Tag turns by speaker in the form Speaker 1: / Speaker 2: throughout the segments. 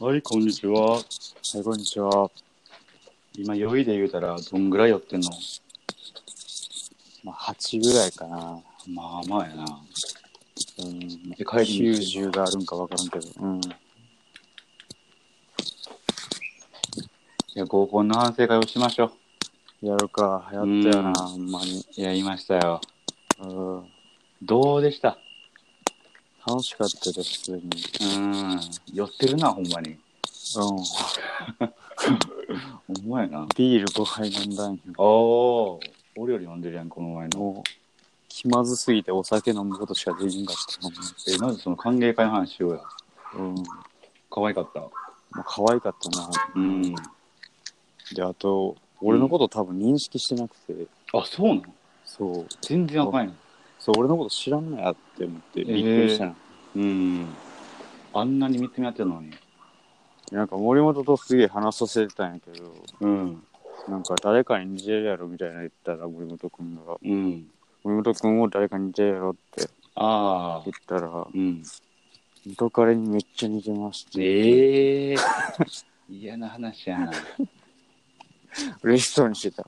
Speaker 1: はい、こんにちは。はい、こんにちは。今、酔いで言うたら、どんぐらい酔ってんの
Speaker 2: まあ、8ぐらいかな。
Speaker 1: まあまあやな。
Speaker 2: うん。
Speaker 1: で、帰りに
Speaker 2: 90があるんか分からんけど。う
Speaker 1: い
Speaker 2: ん。
Speaker 1: や、合コンの反省会をしましょう。
Speaker 2: やるか。流行ったよ
Speaker 1: うん
Speaker 2: な、ほんまに。
Speaker 1: いや、言いましたよ。
Speaker 2: うん。
Speaker 1: どうでした
Speaker 2: 楽しかったです、普通に。うん。
Speaker 1: うん。酔ってるな、ほんまに。ほんまやな。
Speaker 2: ビール5杯飲んだんよ。
Speaker 1: おお。俺より飲んでるやん、この前の。
Speaker 2: もう、気まずすぎてお酒飲むことしかできんかったもんね。
Speaker 1: え、なぜその歓迎会の話しようや。
Speaker 2: うん。もう
Speaker 1: 可愛かった。
Speaker 2: 可愛かったな。
Speaker 1: うん。
Speaker 2: で、あと、俺のこと多分認識してなくて、
Speaker 1: あ、そうなの
Speaker 2: そう、
Speaker 1: 全然あかんやん。
Speaker 2: そう、俺のこと知らんのやって思って、びっくりしたな。
Speaker 1: うん。あんなに見つめ合ってたのに。
Speaker 2: なんか森本とすげえ話させてたんやけど、
Speaker 1: うん。
Speaker 2: なんか誰かに似てるやろみたいな言ったら森本君が、
Speaker 1: うん。
Speaker 2: 森本君も誰かに似てるやろって
Speaker 1: ああ
Speaker 2: 言。ったら、
Speaker 1: うん。
Speaker 2: 元彼にめっちゃ似てますって、
Speaker 1: ええ嫌な話やな。
Speaker 2: 嬉しそうにしてた。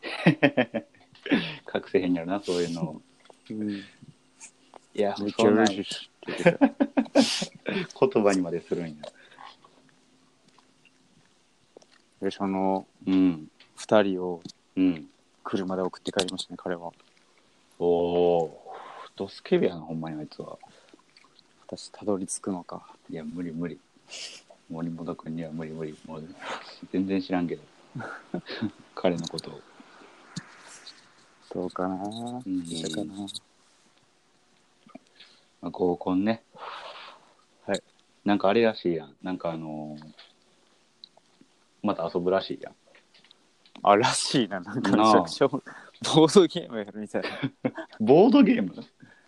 Speaker 1: 隠せへんやろな、そういうの。
Speaker 2: うん、めっ
Speaker 1: いや、
Speaker 2: ちゃ
Speaker 1: そんな
Speaker 2: 嬉しいって言ってた。
Speaker 1: 言葉にまでするんや。
Speaker 2: で、その
Speaker 1: うん。
Speaker 2: 二人を
Speaker 1: うん。
Speaker 2: 車で送って帰りましたね、彼は。
Speaker 1: おお。ドスケベやな、ほんまにあいつは。
Speaker 2: 私、たどり着くのか。
Speaker 1: いや、無理無理。森本君には無理無理。もう全然知らんけど。 彼のことを。
Speaker 2: どうかなど
Speaker 1: うん
Speaker 2: うかな
Speaker 1: まあ、合コンね。
Speaker 2: はい。
Speaker 1: なんかあれらしいやん。なんかあのーまた遊ぶらしいやん。
Speaker 2: あ、らしいな、なんかめ
Speaker 1: なあ
Speaker 2: ちゃくちゃボードゲームやるみたいな。
Speaker 1: ボードゲーム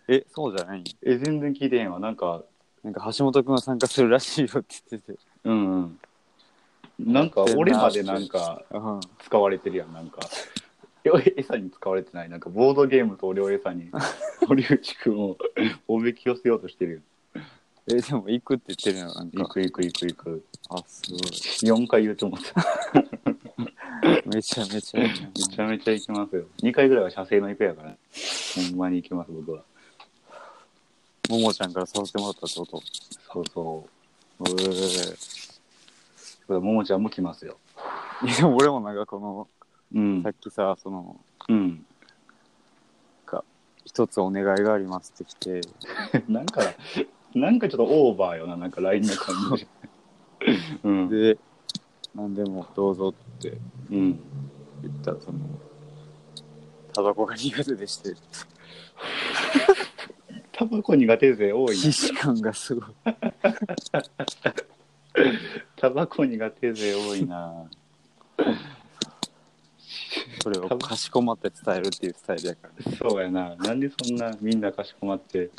Speaker 2: え、そうじゃない
Speaker 1: え、全然聞いてへんわ。なんか、
Speaker 2: なんか橋本くんが参加するらしいよって言ってて。
Speaker 1: うんうん。なんか俺までなんか
Speaker 2: うん。
Speaker 1: 使われてるやん。なんか、え餌に使われてない。なんかボードゲームと俺を餌 に、堀内くんを おびき寄せようとしてるよ。
Speaker 2: え、でも行くって言ってるよ、なん
Speaker 1: 行
Speaker 2: か。
Speaker 1: く行く行く行く。
Speaker 2: あ、すごい。
Speaker 1: 4回言うと思った。
Speaker 2: めちゃめちゃ。
Speaker 1: めちゃめちゃ行きますよ。2回ぐらいは射精の行くやから。ほんまに行きます、僕は。
Speaker 2: ももちゃんから誘ってもらったってこと
Speaker 1: そうそう。
Speaker 2: えー
Speaker 1: これももちゃんも来ますよ。
Speaker 2: いや、でも俺もなんかこの、
Speaker 1: うん
Speaker 2: さっきさ、その、
Speaker 1: うん。
Speaker 2: 一つお願いがありますって来て、
Speaker 1: なんか、なんかちょっとオーバーよな、なんか LINE の感 じ。うん。
Speaker 2: で、何でもどうぞって
Speaker 1: うん。
Speaker 2: 言ったら、その、タバコが苦手でして、
Speaker 1: タバコ苦手勢多いな
Speaker 2: 必。死感がすごい。
Speaker 1: タバコ苦手勢多いな。
Speaker 2: それをかしこまって伝えるっていうスタイルやから。
Speaker 1: そうやな。なんでそんなみんなかしこまって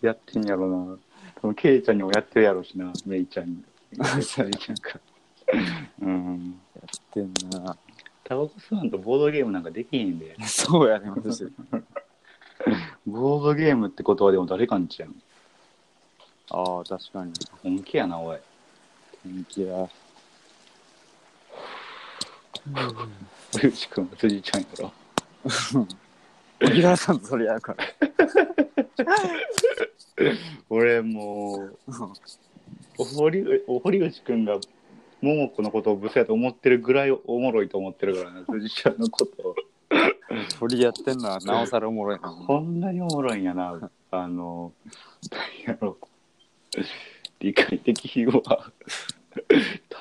Speaker 1: やってんやろな。そのケイちゃんにもやってるやろしな、メイちゃんに。メイちゃんか。うん。
Speaker 2: 言ってんな。
Speaker 1: タバコ吸わんとボードゲームなんかできへんで。
Speaker 2: そうやね、私。
Speaker 1: ボードゲームってことはでも誰かんちゃん。
Speaker 2: ああ、確かに。
Speaker 1: 本気やな、おい。
Speaker 2: 天気や。
Speaker 1: 堀内くんは辻ちゃんやろ。
Speaker 2: 荻原さんとそれやるから。
Speaker 1: 俺もう、堀堀内くんが桃子のことをブスやと思ってるぐらいおもろいと思ってるからな、辻ちゃんのことを。
Speaker 2: 取りやってんのはなおさらおもろいな。
Speaker 1: こんなにおもろいんやな、あの、何やろ。理解的非は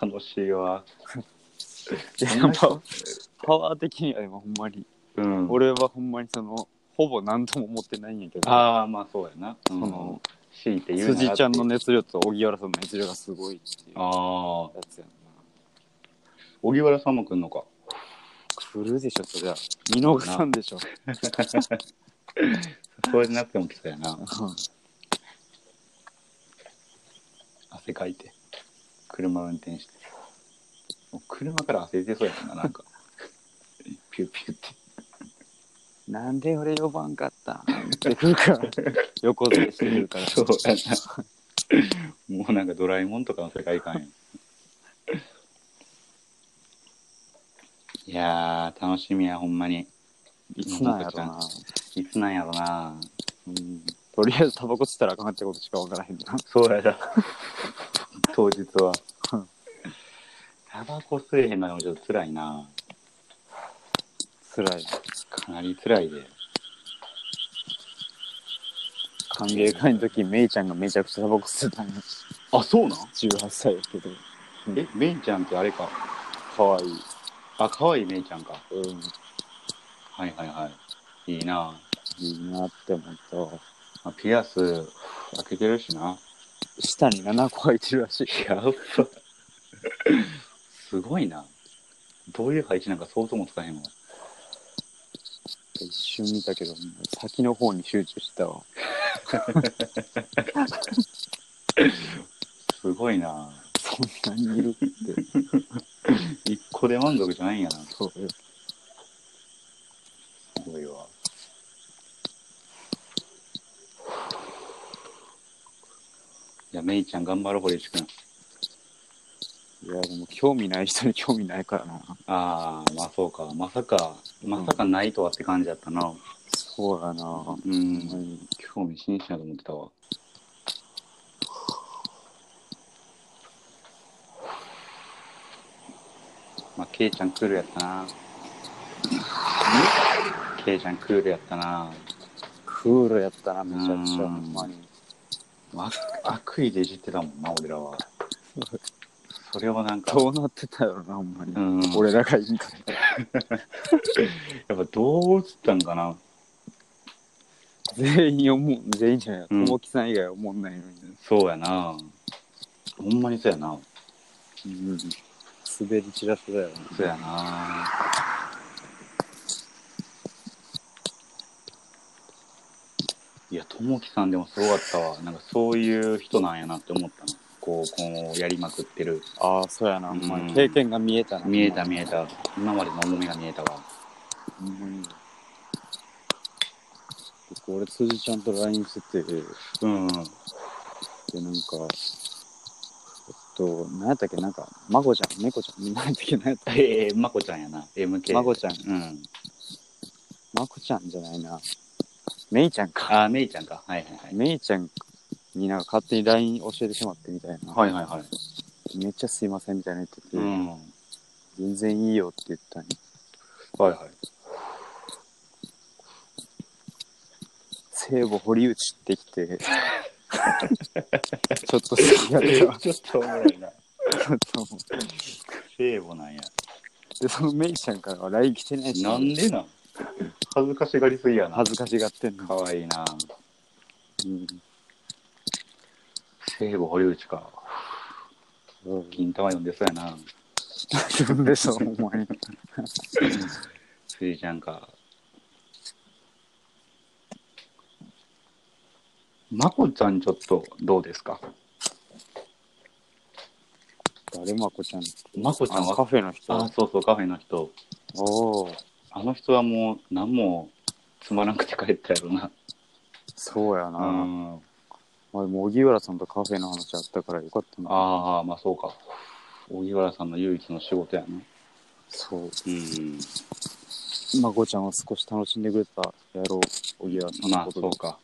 Speaker 1: 楽しいわ。
Speaker 2: いやパワー パワー的には今ほんまに。
Speaker 1: うん。
Speaker 2: 俺はほんまにその、ほぼ何とも思ってないんやけど、
Speaker 1: ああ、まあそうやな。そ
Speaker 2: その
Speaker 1: の、、強いて言うならっていう
Speaker 2: 辻ちゃんの。熱量と荻原さんの熱量がすごいっていうや
Speaker 1: ああ、
Speaker 2: つやんな。
Speaker 1: 荻原さんも来んのか。
Speaker 2: 来るでしょ、そりゃ。見逃さんでしょ。
Speaker 1: そうじゃなくても来たやな。
Speaker 2: うん
Speaker 1: 汗かいて車運転してもう車から汗出そうやもんななんかピューピューって
Speaker 2: なんで俺呼ばんかったんってくるから。 横付けしてくるから。
Speaker 1: そうやなもうなんかドラえもんとかの世界観やいやー、楽しみや、ほんまに。
Speaker 2: いつなんやろな。
Speaker 1: いつなんやろな。うん、
Speaker 2: とりあえずタバコ吸ったらあかんってことしかわからへんな。
Speaker 1: そうやな。当日は
Speaker 2: うん。
Speaker 1: タバコ吸えへんのもちょっと辛いな。
Speaker 2: 辛い。
Speaker 1: かなり辛いで。
Speaker 2: 歓迎会の時、メイちゃんがめちゃくちゃタバコ吸ってたんや。
Speaker 1: あ、そうなん
Speaker 2: 18歳やけど。
Speaker 1: え、メイちゃんってあれか。
Speaker 2: かわいい。
Speaker 1: あ、可愛いメイちゃんか。
Speaker 2: うん。
Speaker 1: はいはいはい。いいな。
Speaker 2: いいなって思っ
Speaker 1: あピアス開けてるしな。
Speaker 2: た。下に7個入ってるらしい。
Speaker 1: やば。すごいな。どういう配置なんか想像もつかへんわ。
Speaker 2: 一瞬見たけど、先の方に集中してたわ。
Speaker 1: すごいな。
Speaker 2: そんなにいるって。
Speaker 1: 一個で満足じゃないんやな。す
Speaker 2: そうよ。
Speaker 1: ごいわ。いや、メイちゃん頑張ろう、堀内くん。
Speaker 2: いや、でも興味ない人に興味ないからな。
Speaker 1: ああ、まあそうか。まさか、まさかないとはって感じだったな。
Speaker 2: そうやな。
Speaker 1: うん。
Speaker 2: うん
Speaker 1: 興味津々だと思ってたわ。まあ、ケイちゃんクールやったな。ケイちゃんクールやったな。
Speaker 2: クールやったな、めちゃくちゃ、
Speaker 1: う
Speaker 2: ほ
Speaker 1: ん
Speaker 2: んまに。
Speaker 1: 悪悪意でいじってたもんな、俺らは。それをなんか、
Speaker 2: どうなってたやろな、ほんまに。
Speaker 1: うん、や
Speaker 2: 俺らがいいんかったら。
Speaker 1: っぱどう映ったんかな。
Speaker 2: 全員思う、全員じゃない。と
Speaker 1: うん
Speaker 2: もきさん以外は思んないのに。
Speaker 1: そうやな。ほんまにそうやな。
Speaker 2: うん。滑り散らせだよな。
Speaker 1: そうやな。いや、ともきさんでもすごかったわ。なんかそういう人なんやなって思ったの。こう、こうやりまくってる。
Speaker 2: ああ、そうやな。ほんま
Speaker 1: うん
Speaker 2: に経験が見えたな。
Speaker 1: 見えた見えた。今までの重みが見えたわ。
Speaker 2: ほんまに。僕、俺、辻ちゃんと LINE してて、
Speaker 1: うん、うん。
Speaker 2: で、なんか、えっと、何やったっけ、なんか、まこちゃん、猫ちゃん、何やったっけ、何やったっけ、
Speaker 1: ええまこちゃんやな。MK。
Speaker 2: まこちゃん
Speaker 1: うん。
Speaker 2: まこちゃんじゃないな。めいちゃんか。
Speaker 1: あー、めいちゃんか。はいはいはい。
Speaker 2: めいちゃんになんか勝手に LINE 教えてしまってみたいな。
Speaker 1: はいはいはい。
Speaker 2: めっちゃすいませんみたいな言ってて、
Speaker 1: うん。はい
Speaker 2: 全然いいよって言ったんに、
Speaker 1: はい。
Speaker 2: 聖母堀内ってき て、ちょっと好きやったわ。
Speaker 1: ちょっとおもろいな。
Speaker 2: ちょっともう
Speaker 1: 聖母なんや。
Speaker 2: で、そのめいちゃんからは LINE 来てないし、
Speaker 1: なんでなん恥ずかしがりすぎやな。
Speaker 2: 恥ずかしがってん の。
Speaker 1: かわいいな。
Speaker 2: うん
Speaker 1: 聖母堀内か。
Speaker 2: うん
Speaker 1: 銀玉読んでそうやな。
Speaker 2: 自分でしょ、お前。
Speaker 1: スイちゃんか。まこちゃんちょっとどうですか
Speaker 2: 誰まこちゃん。
Speaker 1: まこちゃん
Speaker 2: あカ
Speaker 1: は
Speaker 2: フェの人。
Speaker 1: あそうそうカフェの人
Speaker 2: おお、
Speaker 1: あの人はもう何もつまらんくて帰ったやろな
Speaker 2: そうやな。
Speaker 1: うんあ
Speaker 2: まあ、でも荻原さんとカフェの話あったからよかったな。
Speaker 1: あまあそうか荻原さんの唯一の仕事やな
Speaker 2: そう。
Speaker 1: うん
Speaker 2: まこちゃんは少し楽しんでくれたやろう、荻原さん
Speaker 1: ま
Speaker 2: の
Speaker 1: あ
Speaker 2: こと
Speaker 1: そうか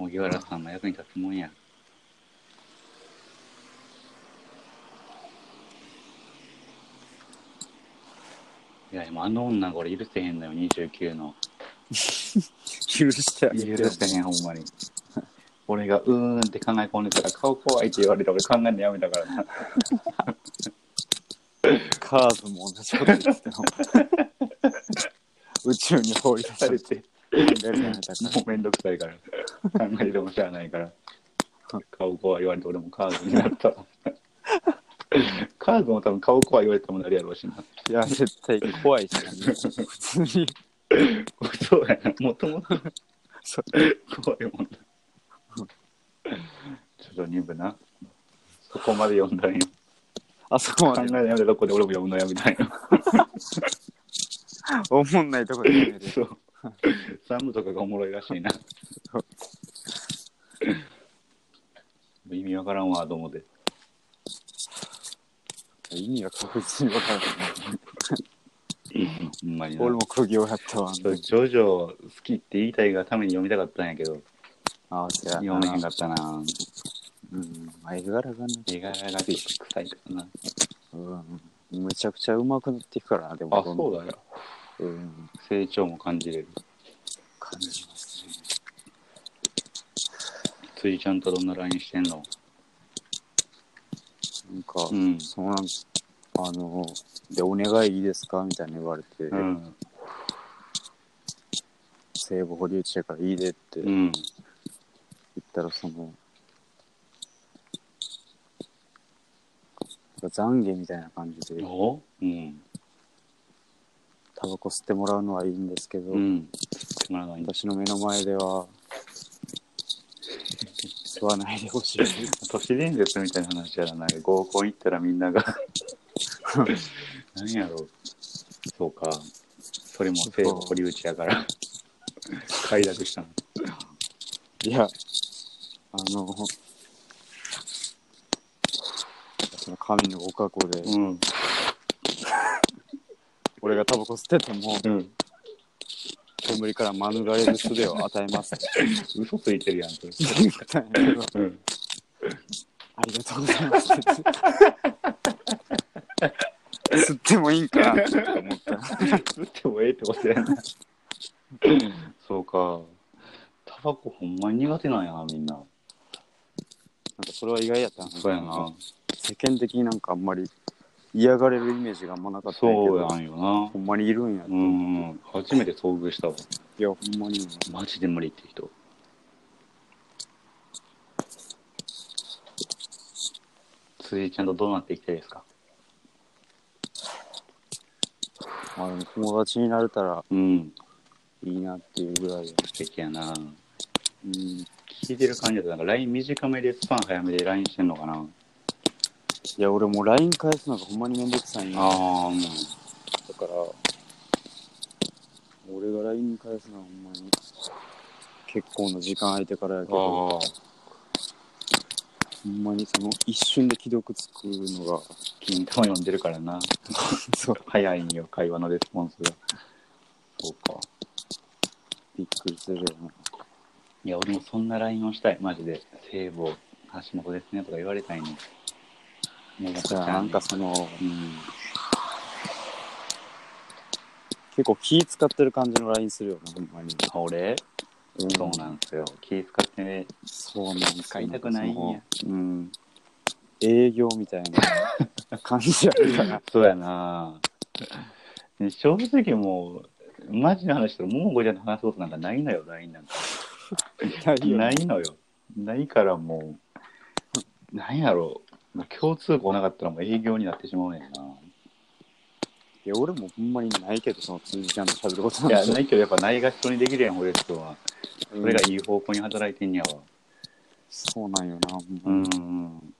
Speaker 1: 荻原さんの役に立つもんやいやでもあの女これ許せへんのよ29の
Speaker 2: 許してあげてよ
Speaker 1: 許せへんほんまに 俺がうーんって考え込んでたら顔怖いって言われて俺考えるのやめたからな
Speaker 2: カーズも同じこと言って たの。宇宙に放り出さ
Speaker 1: さ
Speaker 2: れ
Speaker 1: れ
Speaker 2: て
Speaker 1: て
Speaker 2: やるやつだから
Speaker 1: もうめんどくさいから考えてもしゃあないから顔怖い言われて俺もカーズになったわカーズも多分顔怖い言われてもなるやろうしない
Speaker 2: や、絶対怖いし、普通に。
Speaker 1: そうやな、もともと
Speaker 2: そ
Speaker 1: 怖いもんな。ちょっと二部な。そこまで読んだんよ。
Speaker 2: あそこ
Speaker 1: 考
Speaker 2: ま
Speaker 1: え
Speaker 2: で
Speaker 1: のやめたとこで俺も読むのやみたいな。
Speaker 2: 思んないとこでやめる。
Speaker 1: そう。三部とかがおもろいらしいな。意味わからんわ、と思って。
Speaker 2: 意味が確実に分からない。
Speaker 1: ほんまにな
Speaker 2: 俺も苦行やったわ。
Speaker 1: そうジョジョ好きって言いたいがために読みたかったんやけど
Speaker 2: ああ、そうや
Speaker 1: 読
Speaker 2: な。
Speaker 1: めへんかったな
Speaker 2: うん。まあ、絵柄がな。
Speaker 1: 絵柄が臭いからな
Speaker 2: うん。むちゃくちゃうまくなっていくからな、でも。
Speaker 1: あそうだよ
Speaker 2: う。うん。
Speaker 1: 成長も感じれる
Speaker 2: 感じますね。
Speaker 1: ついちゃんとどんな LINE してんの
Speaker 2: なんか、
Speaker 1: ん
Speaker 2: そのなんあの、で、お願いいいですかみたいな言われて、
Speaker 1: うん
Speaker 2: 西部保留地やからいいでって
Speaker 1: う
Speaker 2: 言っ
Speaker 1: ん
Speaker 2: たら、その、懺悔みたいな感じで、
Speaker 1: おうん
Speaker 2: タバコ吸ってもらうのはいいんですけど、
Speaker 1: うんつまらないんだ
Speaker 2: 私の目の前では、 吸わないでほしい。
Speaker 1: 都市伝説みたいな話やらない合コン行ったらみんなが何やろうそうかそれも西部堀内やから快諾したの
Speaker 2: いや、あの、その神のご加護で、
Speaker 1: うん
Speaker 2: 俺がタバコ吸ってても、
Speaker 1: うん
Speaker 2: 煙から免れる術を与えます。
Speaker 1: 嘘ついてるやんそれ
Speaker 2: 言ったんやけど
Speaker 1: うん
Speaker 2: ありがとうございます。吸ってもいいんかなって思った。
Speaker 1: 打ってもええってことやなそうかタバコほんまに苦手なんやなみんな
Speaker 2: なんかそれは意外やったな
Speaker 1: そうやな
Speaker 2: 世間的になんかあんまり嫌がれるイメージがあんまなかったんやけ
Speaker 1: そう
Speaker 2: ど
Speaker 1: やんよな
Speaker 2: ほんまにいるんやと
Speaker 1: う
Speaker 2: 思って。
Speaker 1: ん初めて遭遇したわ
Speaker 2: いや、ほんまに。
Speaker 1: マジで無理って人辻井ちゃんとどうなっていきたいですか
Speaker 2: まあでも友達になれたら
Speaker 1: うん
Speaker 2: いいなっていうぐらいや。
Speaker 1: 素敵やな
Speaker 2: うん。い
Speaker 1: 聞いてる感じだとなんか LINE 短めでスパン早めで LINE してんのかな
Speaker 2: や、俺もう LINE 返すのがほんまにめんどくさいな。だか
Speaker 1: ああうん
Speaker 2: ら、俺が LINE 返すのはほんまに結構な時間空いてからやけど。
Speaker 1: ああ
Speaker 2: ほんまにその一瞬で既読つくのが、
Speaker 1: 金玉読んでるからな
Speaker 2: そう、
Speaker 1: 早いんよ会話のレスポンスがそうか
Speaker 2: びっくりするよな。
Speaker 1: いや俺もそんな LINE をしたいマジで「聖母橋の子ですね」とか言われたいねもう
Speaker 2: じゃあなんかその、
Speaker 1: うん
Speaker 2: 結構気使ってる感じの LINE するよな、ほんまに。
Speaker 1: あ俺
Speaker 2: うん
Speaker 1: そうなんですよ。気使ってね、
Speaker 2: そうなんですよ
Speaker 1: 使いたくないんや
Speaker 2: んかそのうん。営業みたいな感じあ るから。
Speaker 1: そうやな。ね正直もう、マジの話したら、ももこちゃんと話すことなんかないのよ、LINE なんか。
Speaker 2: ないよ
Speaker 1: ないのよ。ないからもう、なんやろう。共通項なかったらもう営業になってしまうねん な。
Speaker 2: いや、俺もほんまにないけど、その通じちゃんと喋ることなん
Speaker 1: いや、
Speaker 2: て
Speaker 1: ないけど、やっぱないが人にできるやん、俺人は。
Speaker 2: うん
Speaker 1: それがいい方向に働いてんやわ。
Speaker 2: そうなんよな、ほん
Speaker 1: う
Speaker 2: まに
Speaker 1: ん。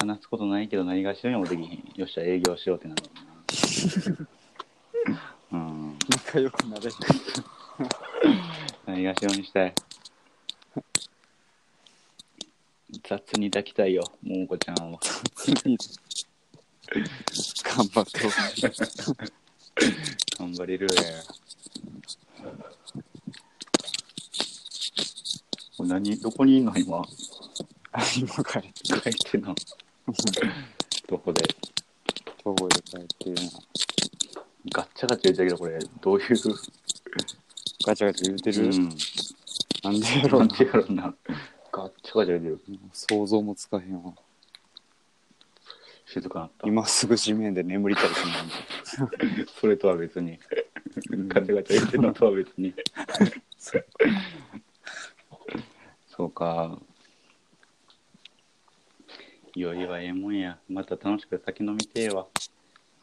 Speaker 1: 話すことないけど、ないがしろにもできへん。よっしゃ、営業しようってなる もんな。うん。
Speaker 2: 仲良くなれる。
Speaker 1: ないがしろにしたい。雑に抱きたいよ、ももこちゃんを。
Speaker 2: 頑張ってほしい。
Speaker 1: 頑張れるね。これ何、どこにいんの今。
Speaker 2: あ今から
Speaker 1: 帰ってんの。どこで。
Speaker 2: 遠吠えで帰ってるな。
Speaker 1: ガッチャガチャ言ってたけど、これ、どういう。
Speaker 2: ガチャガチャ言うてる、
Speaker 1: うん。
Speaker 2: なんでやろう
Speaker 1: な
Speaker 2: なん
Speaker 1: てやろうな。ガッチャガチャ言ってる。
Speaker 2: 想像もつかへんわ
Speaker 1: 静かなった。
Speaker 2: 今すぐ地面で眠りたりしないんだ
Speaker 1: それとは別に。
Speaker 2: うん
Speaker 1: ガチャガチャ言ってるのとは別に。
Speaker 2: そう
Speaker 1: そうか。いよいよええもんや。また楽しく酒飲みてえわ。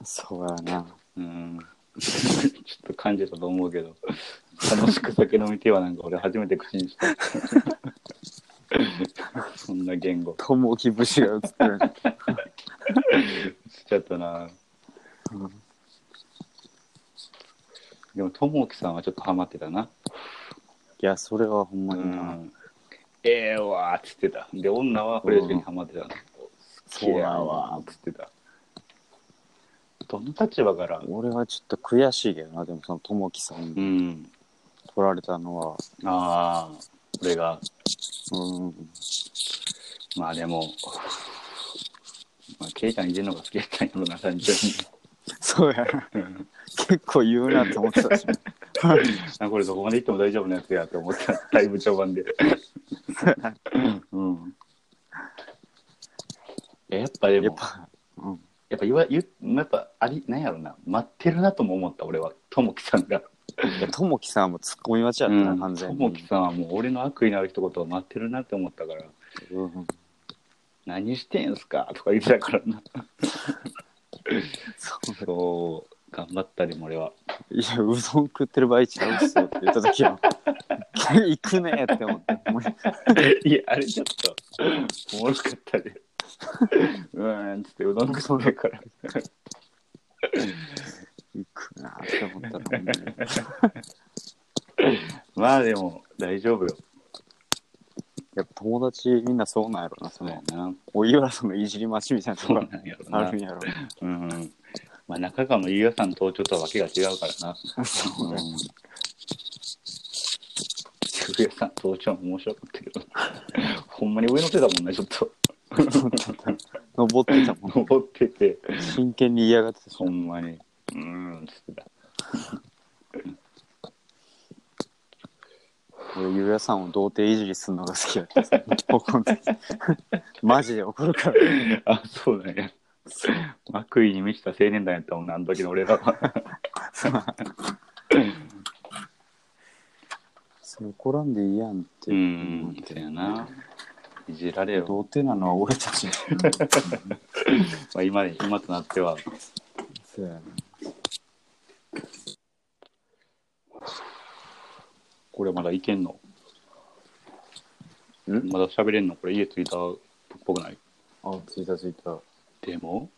Speaker 2: そうやな
Speaker 1: うん。ちょっと感じたと思うけど、楽しく酒飲みてえわなんか俺初めて口にした。 そんな言語。
Speaker 2: ともき節が映ってる、
Speaker 1: しちゃったな。でも、ともきさんはちょっとハマってたな。
Speaker 2: いやそれはほんま
Speaker 1: う
Speaker 2: にな、
Speaker 1: ん。ええわーっつってた。で、女はフレーズにハマってたな。好きやわーっつってた。どの立場から
Speaker 2: 俺はちょっと悔しいけどなでもその友樹さんに
Speaker 1: ん
Speaker 2: 取られたのは
Speaker 1: ああこれが
Speaker 2: うん
Speaker 1: まあでもまあケイちゃんいじるのが好きやったんやろな単純
Speaker 2: そうやな
Speaker 1: にうん
Speaker 2: 結構言うなと思ってたし
Speaker 1: あこれどこまで行っても大丈夫なやつやと思ったライブ序盤で うんいややっぱでもや
Speaker 2: や
Speaker 1: っ
Speaker 2: っ
Speaker 1: ぱ
Speaker 2: ぱうん
Speaker 1: 言わ言うやっぱありなんやろな待ってるなとも思った俺はともきさんが
Speaker 2: いや友樹さんも突っ込み待ちやったな、完全
Speaker 1: と
Speaker 2: に
Speaker 1: もきさんはもう俺の悪意のある一言を待ってるなって思ったから
Speaker 2: うん
Speaker 1: 何してんすかとか言ってたからな
Speaker 2: そう
Speaker 1: そう頑張ったでも 俺はい
Speaker 2: や、うどん食ってる場合ちゃうっすよって言った時は、 行くねって思って、もう
Speaker 1: いや、あれちょっと、おもろかったで。うーん、つってうどん食ってから。
Speaker 2: 行くなって思ったら、もう
Speaker 1: まあでも、大丈夫よ。
Speaker 2: やっぱ友達みんなそうなんやろな、その、
Speaker 1: な。
Speaker 2: お井浦さんのいじり待ちみたいなと
Speaker 1: そ
Speaker 2: こ
Speaker 1: う
Speaker 2: が
Speaker 1: なんやろ
Speaker 2: あ
Speaker 1: な
Speaker 2: るん。やろ。
Speaker 1: うん。まあ、中川の飯尾さんとちょっとわけが違うからな。
Speaker 2: そうね
Speaker 1: ん。渋谷さん登場も面白かったけど、ほんまに上乗ってたもんね、ちょっと。
Speaker 2: 登ってたもん。
Speaker 1: 登ってて、
Speaker 2: 真剣に嫌がってたし
Speaker 1: ほ、んまに。うーん、つってた。
Speaker 2: 俺、井浦さんを童貞いじりするのが好きやった。怒んない マジで怒るから。
Speaker 1: あ、そうだね。
Speaker 2: そう
Speaker 1: 悪意に満ちた青年団やったもんな、あの時の俺らは。
Speaker 2: そう怒らんでいいやんって
Speaker 1: う
Speaker 2: 思っ
Speaker 1: ん
Speaker 2: て。、
Speaker 1: そうやな。いじられよ。
Speaker 2: 童貞なのは俺たち。
Speaker 1: まあ、今、今となっては。
Speaker 2: そうやな
Speaker 1: これまだいけんの
Speaker 2: ん
Speaker 1: まだ喋れんのこれ家着いたっぽくない
Speaker 2: あ、ついたついた。
Speaker 1: でも、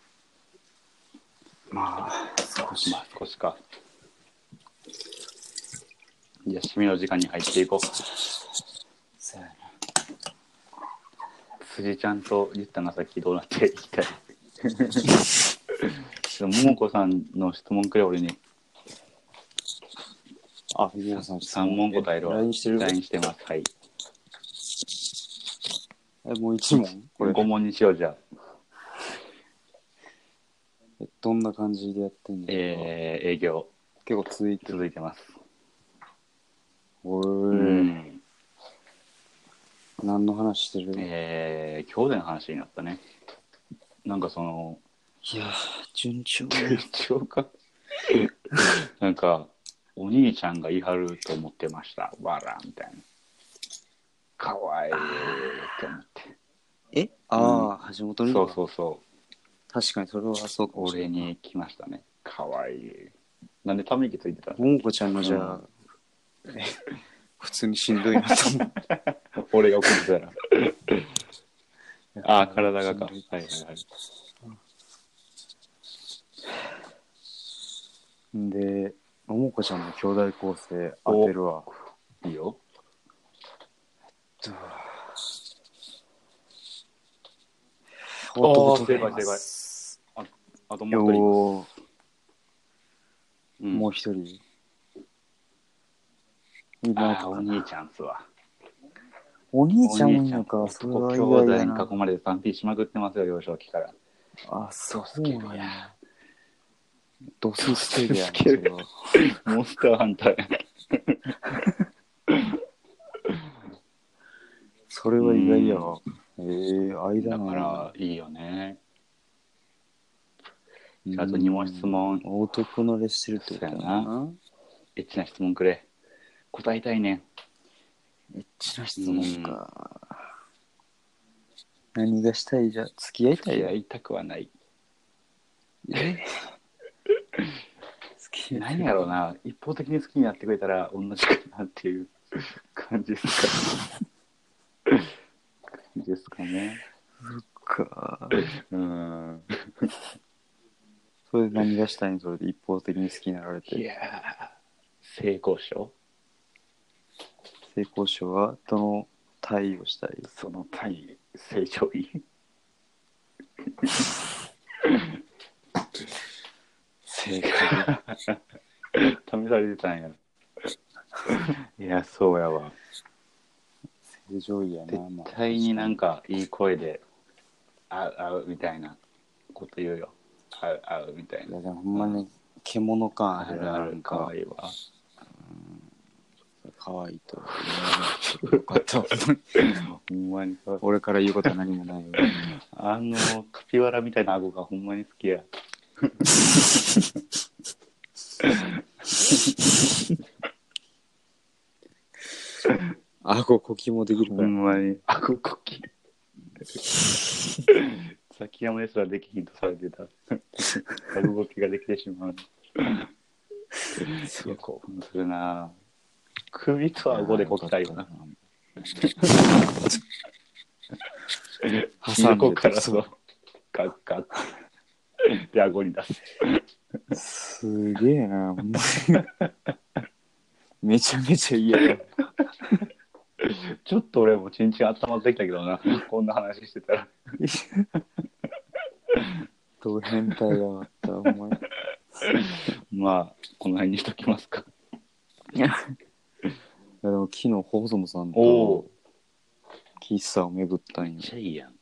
Speaker 2: まあ、少し
Speaker 1: まあ少しか。じゃあ、締めの時間に入っていこう。
Speaker 2: そうやな
Speaker 1: 辻ちゃんと言ったな、さっきどうなっていきたい。ちょっと桃子さんの質問くれ、俺に。
Speaker 2: あ、皆さん、
Speaker 1: 3問答えるわ。
Speaker 2: LINE してる
Speaker 1: LINE してます。はい。
Speaker 2: え、もう一問これ、
Speaker 1: 5問にしよう、じゃあ。
Speaker 2: えどんな感じでやってんの、
Speaker 1: えー営業、
Speaker 2: 結構続いてる。
Speaker 1: 続いてます。
Speaker 2: お
Speaker 1: う
Speaker 2: ー、
Speaker 1: ん。
Speaker 2: 何の話してる、
Speaker 1: えー、兄弟の話になったね。なんかその、
Speaker 2: いやー、順調。
Speaker 1: 一応か。なんか、お兄ちゃんが言い張ると思ってました。わら、みたいな。かわいいって思って。
Speaker 2: えああ、橋本に
Speaker 1: そうそうそう。
Speaker 2: 確かにそれはそうかもしれ
Speaker 1: 俺
Speaker 2: ない。
Speaker 1: に来ましたね。かわいい。なんでため息ついてたの
Speaker 2: 桃子ちゃんのじゃあ、
Speaker 1: う
Speaker 2: 普通にしんどいなと思う。
Speaker 1: 俺が怒ってたら。ああ、体がか。はいはいはい。
Speaker 2: で、桃子ちゃんの兄弟構成当てるわ。
Speaker 1: いいよ。おー正解正解
Speaker 2: 正
Speaker 1: あと
Speaker 2: よ
Speaker 1: もう一人。
Speaker 2: ー、
Speaker 1: うん
Speaker 2: もう一人。いな
Speaker 1: あ
Speaker 2: いか
Speaker 1: ーお
Speaker 2: な
Speaker 1: 兄ちゃんっすわ。
Speaker 2: お兄
Speaker 1: お
Speaker 2: ちゃんもい
Speaker 1: 兄
Speaker 2: い
Speaker 1: ちゃ
Speaker 2: の
Speaker 1: ん
Speaker 2: か、それ
Speaker 1: 男
Speaker 2: は
Speaker 1: 兄
Speaker 2: 意外
Speaker 1: 弟
Speaker 2: や
Speaker 1: に
Speaker 2: な
Speaker 1: 囲。まれて 3P しまくってますよ、幼少期から。
Speaker 2: あ、そう
Speaker 1: ドスケベ
Speaker 2: なん
Speaker 1: や
Speaker 2: や。ドススケベやな
Speaker 1: ドスケベ
Speaker 2: それは
Speaker 1: モンスターハンターや。
Speaker 2: それは意外やわ。えー、間
Speaker 1: だ
Speaker 2: な
Speaker 1: か
Speaker 2: んや
Speaker 1: ら、いいよね。あと2問質。問。
Speaker 2: うん男のれしてるってことや
Speaker 1: そうや
Speaker 2: な。
Speaker 1: エッチな質問くれ。答えたいねん。
Speaker 2: エッチな質問か。何がしたいじゃ、付き合いた
Speaker 1: 付
Speaker 2: い
Speaker 1: き
Speaker 2: や
Speaker 1: 合。いたくはない。
Speaker 2: 付き合いたい
Speaker 1: 何やろうな。一方的に好きになってくれたら同じかなっていう感じですか。感じですかね。
Speaker 2: か。
Speaker 1: うん。
Speaker 2: それで何がしたいんそれで一方的に好きになられ
Speaker 1: い
Speaker 2: て。
Speaker 1: やー、性交渉
Speaker 2: 性交渉はどの対応したい
Speaker 1: その対成長位
Speaker 2: 正解。
Speaker 1: 試されてたんや。いや、そうやわ。
Speaker 2: 正常位やな、まあ
Speaker 1: 絶対になんかいい声で、あ合うみたいなこと言うよ。合う、合うみたい
Speaker 2: い
Speaker 1: な
Speaker 2: や、。でもほんまに、獣感あ
Speaker 1: あ
Speaker 2: る
Speaker 1: る
Speaker 2: な、
Speaker 1: あ
Speaker 2: な
Speaker 1: る、
Speaker 2: ん
Speaker 1: か
Speaker 2: か
Speaker 1: わ、いいわ。
Speaker 2: かわいいと。よか った。
Speaker 1: ほんまにかわいい
Speaker 2: 俺から言うことは何もないよ。
Speaker 1: あの、カピバラみたいな顎がほんまに好きや。
Speaker 2: 顎呼吸もできる
Speaker 1: ほ
Speaker 2: から。
Speaker 1: んまに。顎こ き。崎山ですらできひんとされてた。顎動きができてしまう。いや興奮するなぁ首と顎でこきたいよな。。
Speaker 2: 挟んで
Speaker 1: 横
Speaker 2: た
Speaker 1: からそう。ガッガッて。で、顎に出す。
Speaker 2: すげえな、ほんまに めちゃめちゃ嫌や。
Speaker 1: ちょっと俺もちんちん温まってきたけどな。こんな話してたら。
Speaker 2: ど変態やわった、お前。
Speaker 1: まあ、この辺にしときますか。
Speaker 2: いやでも昨日細野さん
Speaker 1: お
Speaker 2: と
Speaker 1: お。
Speaker 2: 喫茶を巡ったんよ
Speaker 1: ゃいいやん。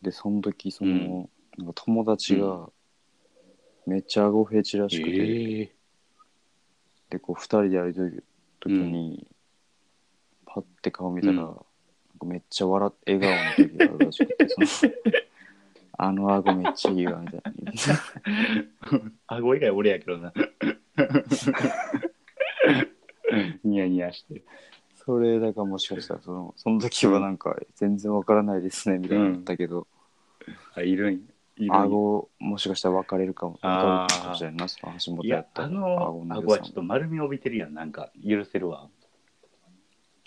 Speaker 2: でその時その、なんか友達がめっちゃ顎フェチらしくて、
Speaker 1: え
Speaker 2: でこう2人でやりとる時に、パッて顔見たら、
Speaker 1: うん
Speaker 2: なんかめっちゃ笑っ笑顔の時があるらしくてその あの顎めっちゃいいわみたいな
Speaker 1: 顎以外俺やけどな。ニヤニヤして。
Speaker 2: それだからもしかしたらそのその時はなんか全然わからないですねみたいなのだったけど、
Speaker 1: あ、いるんいるんや
Speaker 2: 顎もしかしたら分かれるかも
Speaker 1: あー
Speaker 2: 分かるかもしれないなその橋本
Speaker 1: い
Speaker 2: や
Speaker 1: や
Speaker 2: っ、た
Speaker 1: あ
Speaker 2: ら
Speaker 1: の
Speaker 2: の
Speaker 1: 顎はちょっと丸みを帯びてるやん。なんか、許せるわ。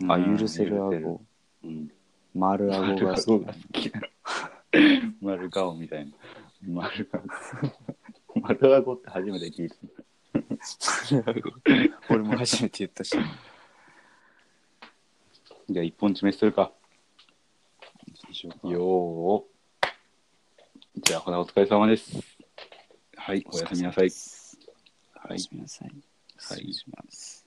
Speaker 2: あ、
Speaker 1: うん
Speaker 2: 許せる
Speaker 1: 許せる
Speaker 2: 顎。
Speaker 1: うん。
Speaker 2: 丸顎
Speaker 1: 丸
Speaker 2: が
Speaker 1: 顔
Speaker 2: 好き
Speaker 1: が好きな。丸顔みたいな。丸顔。丸顎って初めて聞いた。
Speaker 2: 俺も初めて言ったし。
Speaker 1: じゃあ、一本締めするか。よーお。じゃあ、ほな、お疲れ様です。はい、おやすみなさい。
Speaker 2: おやすみなさい。
Speaker 1: はい
Speaker 2: 失礼します。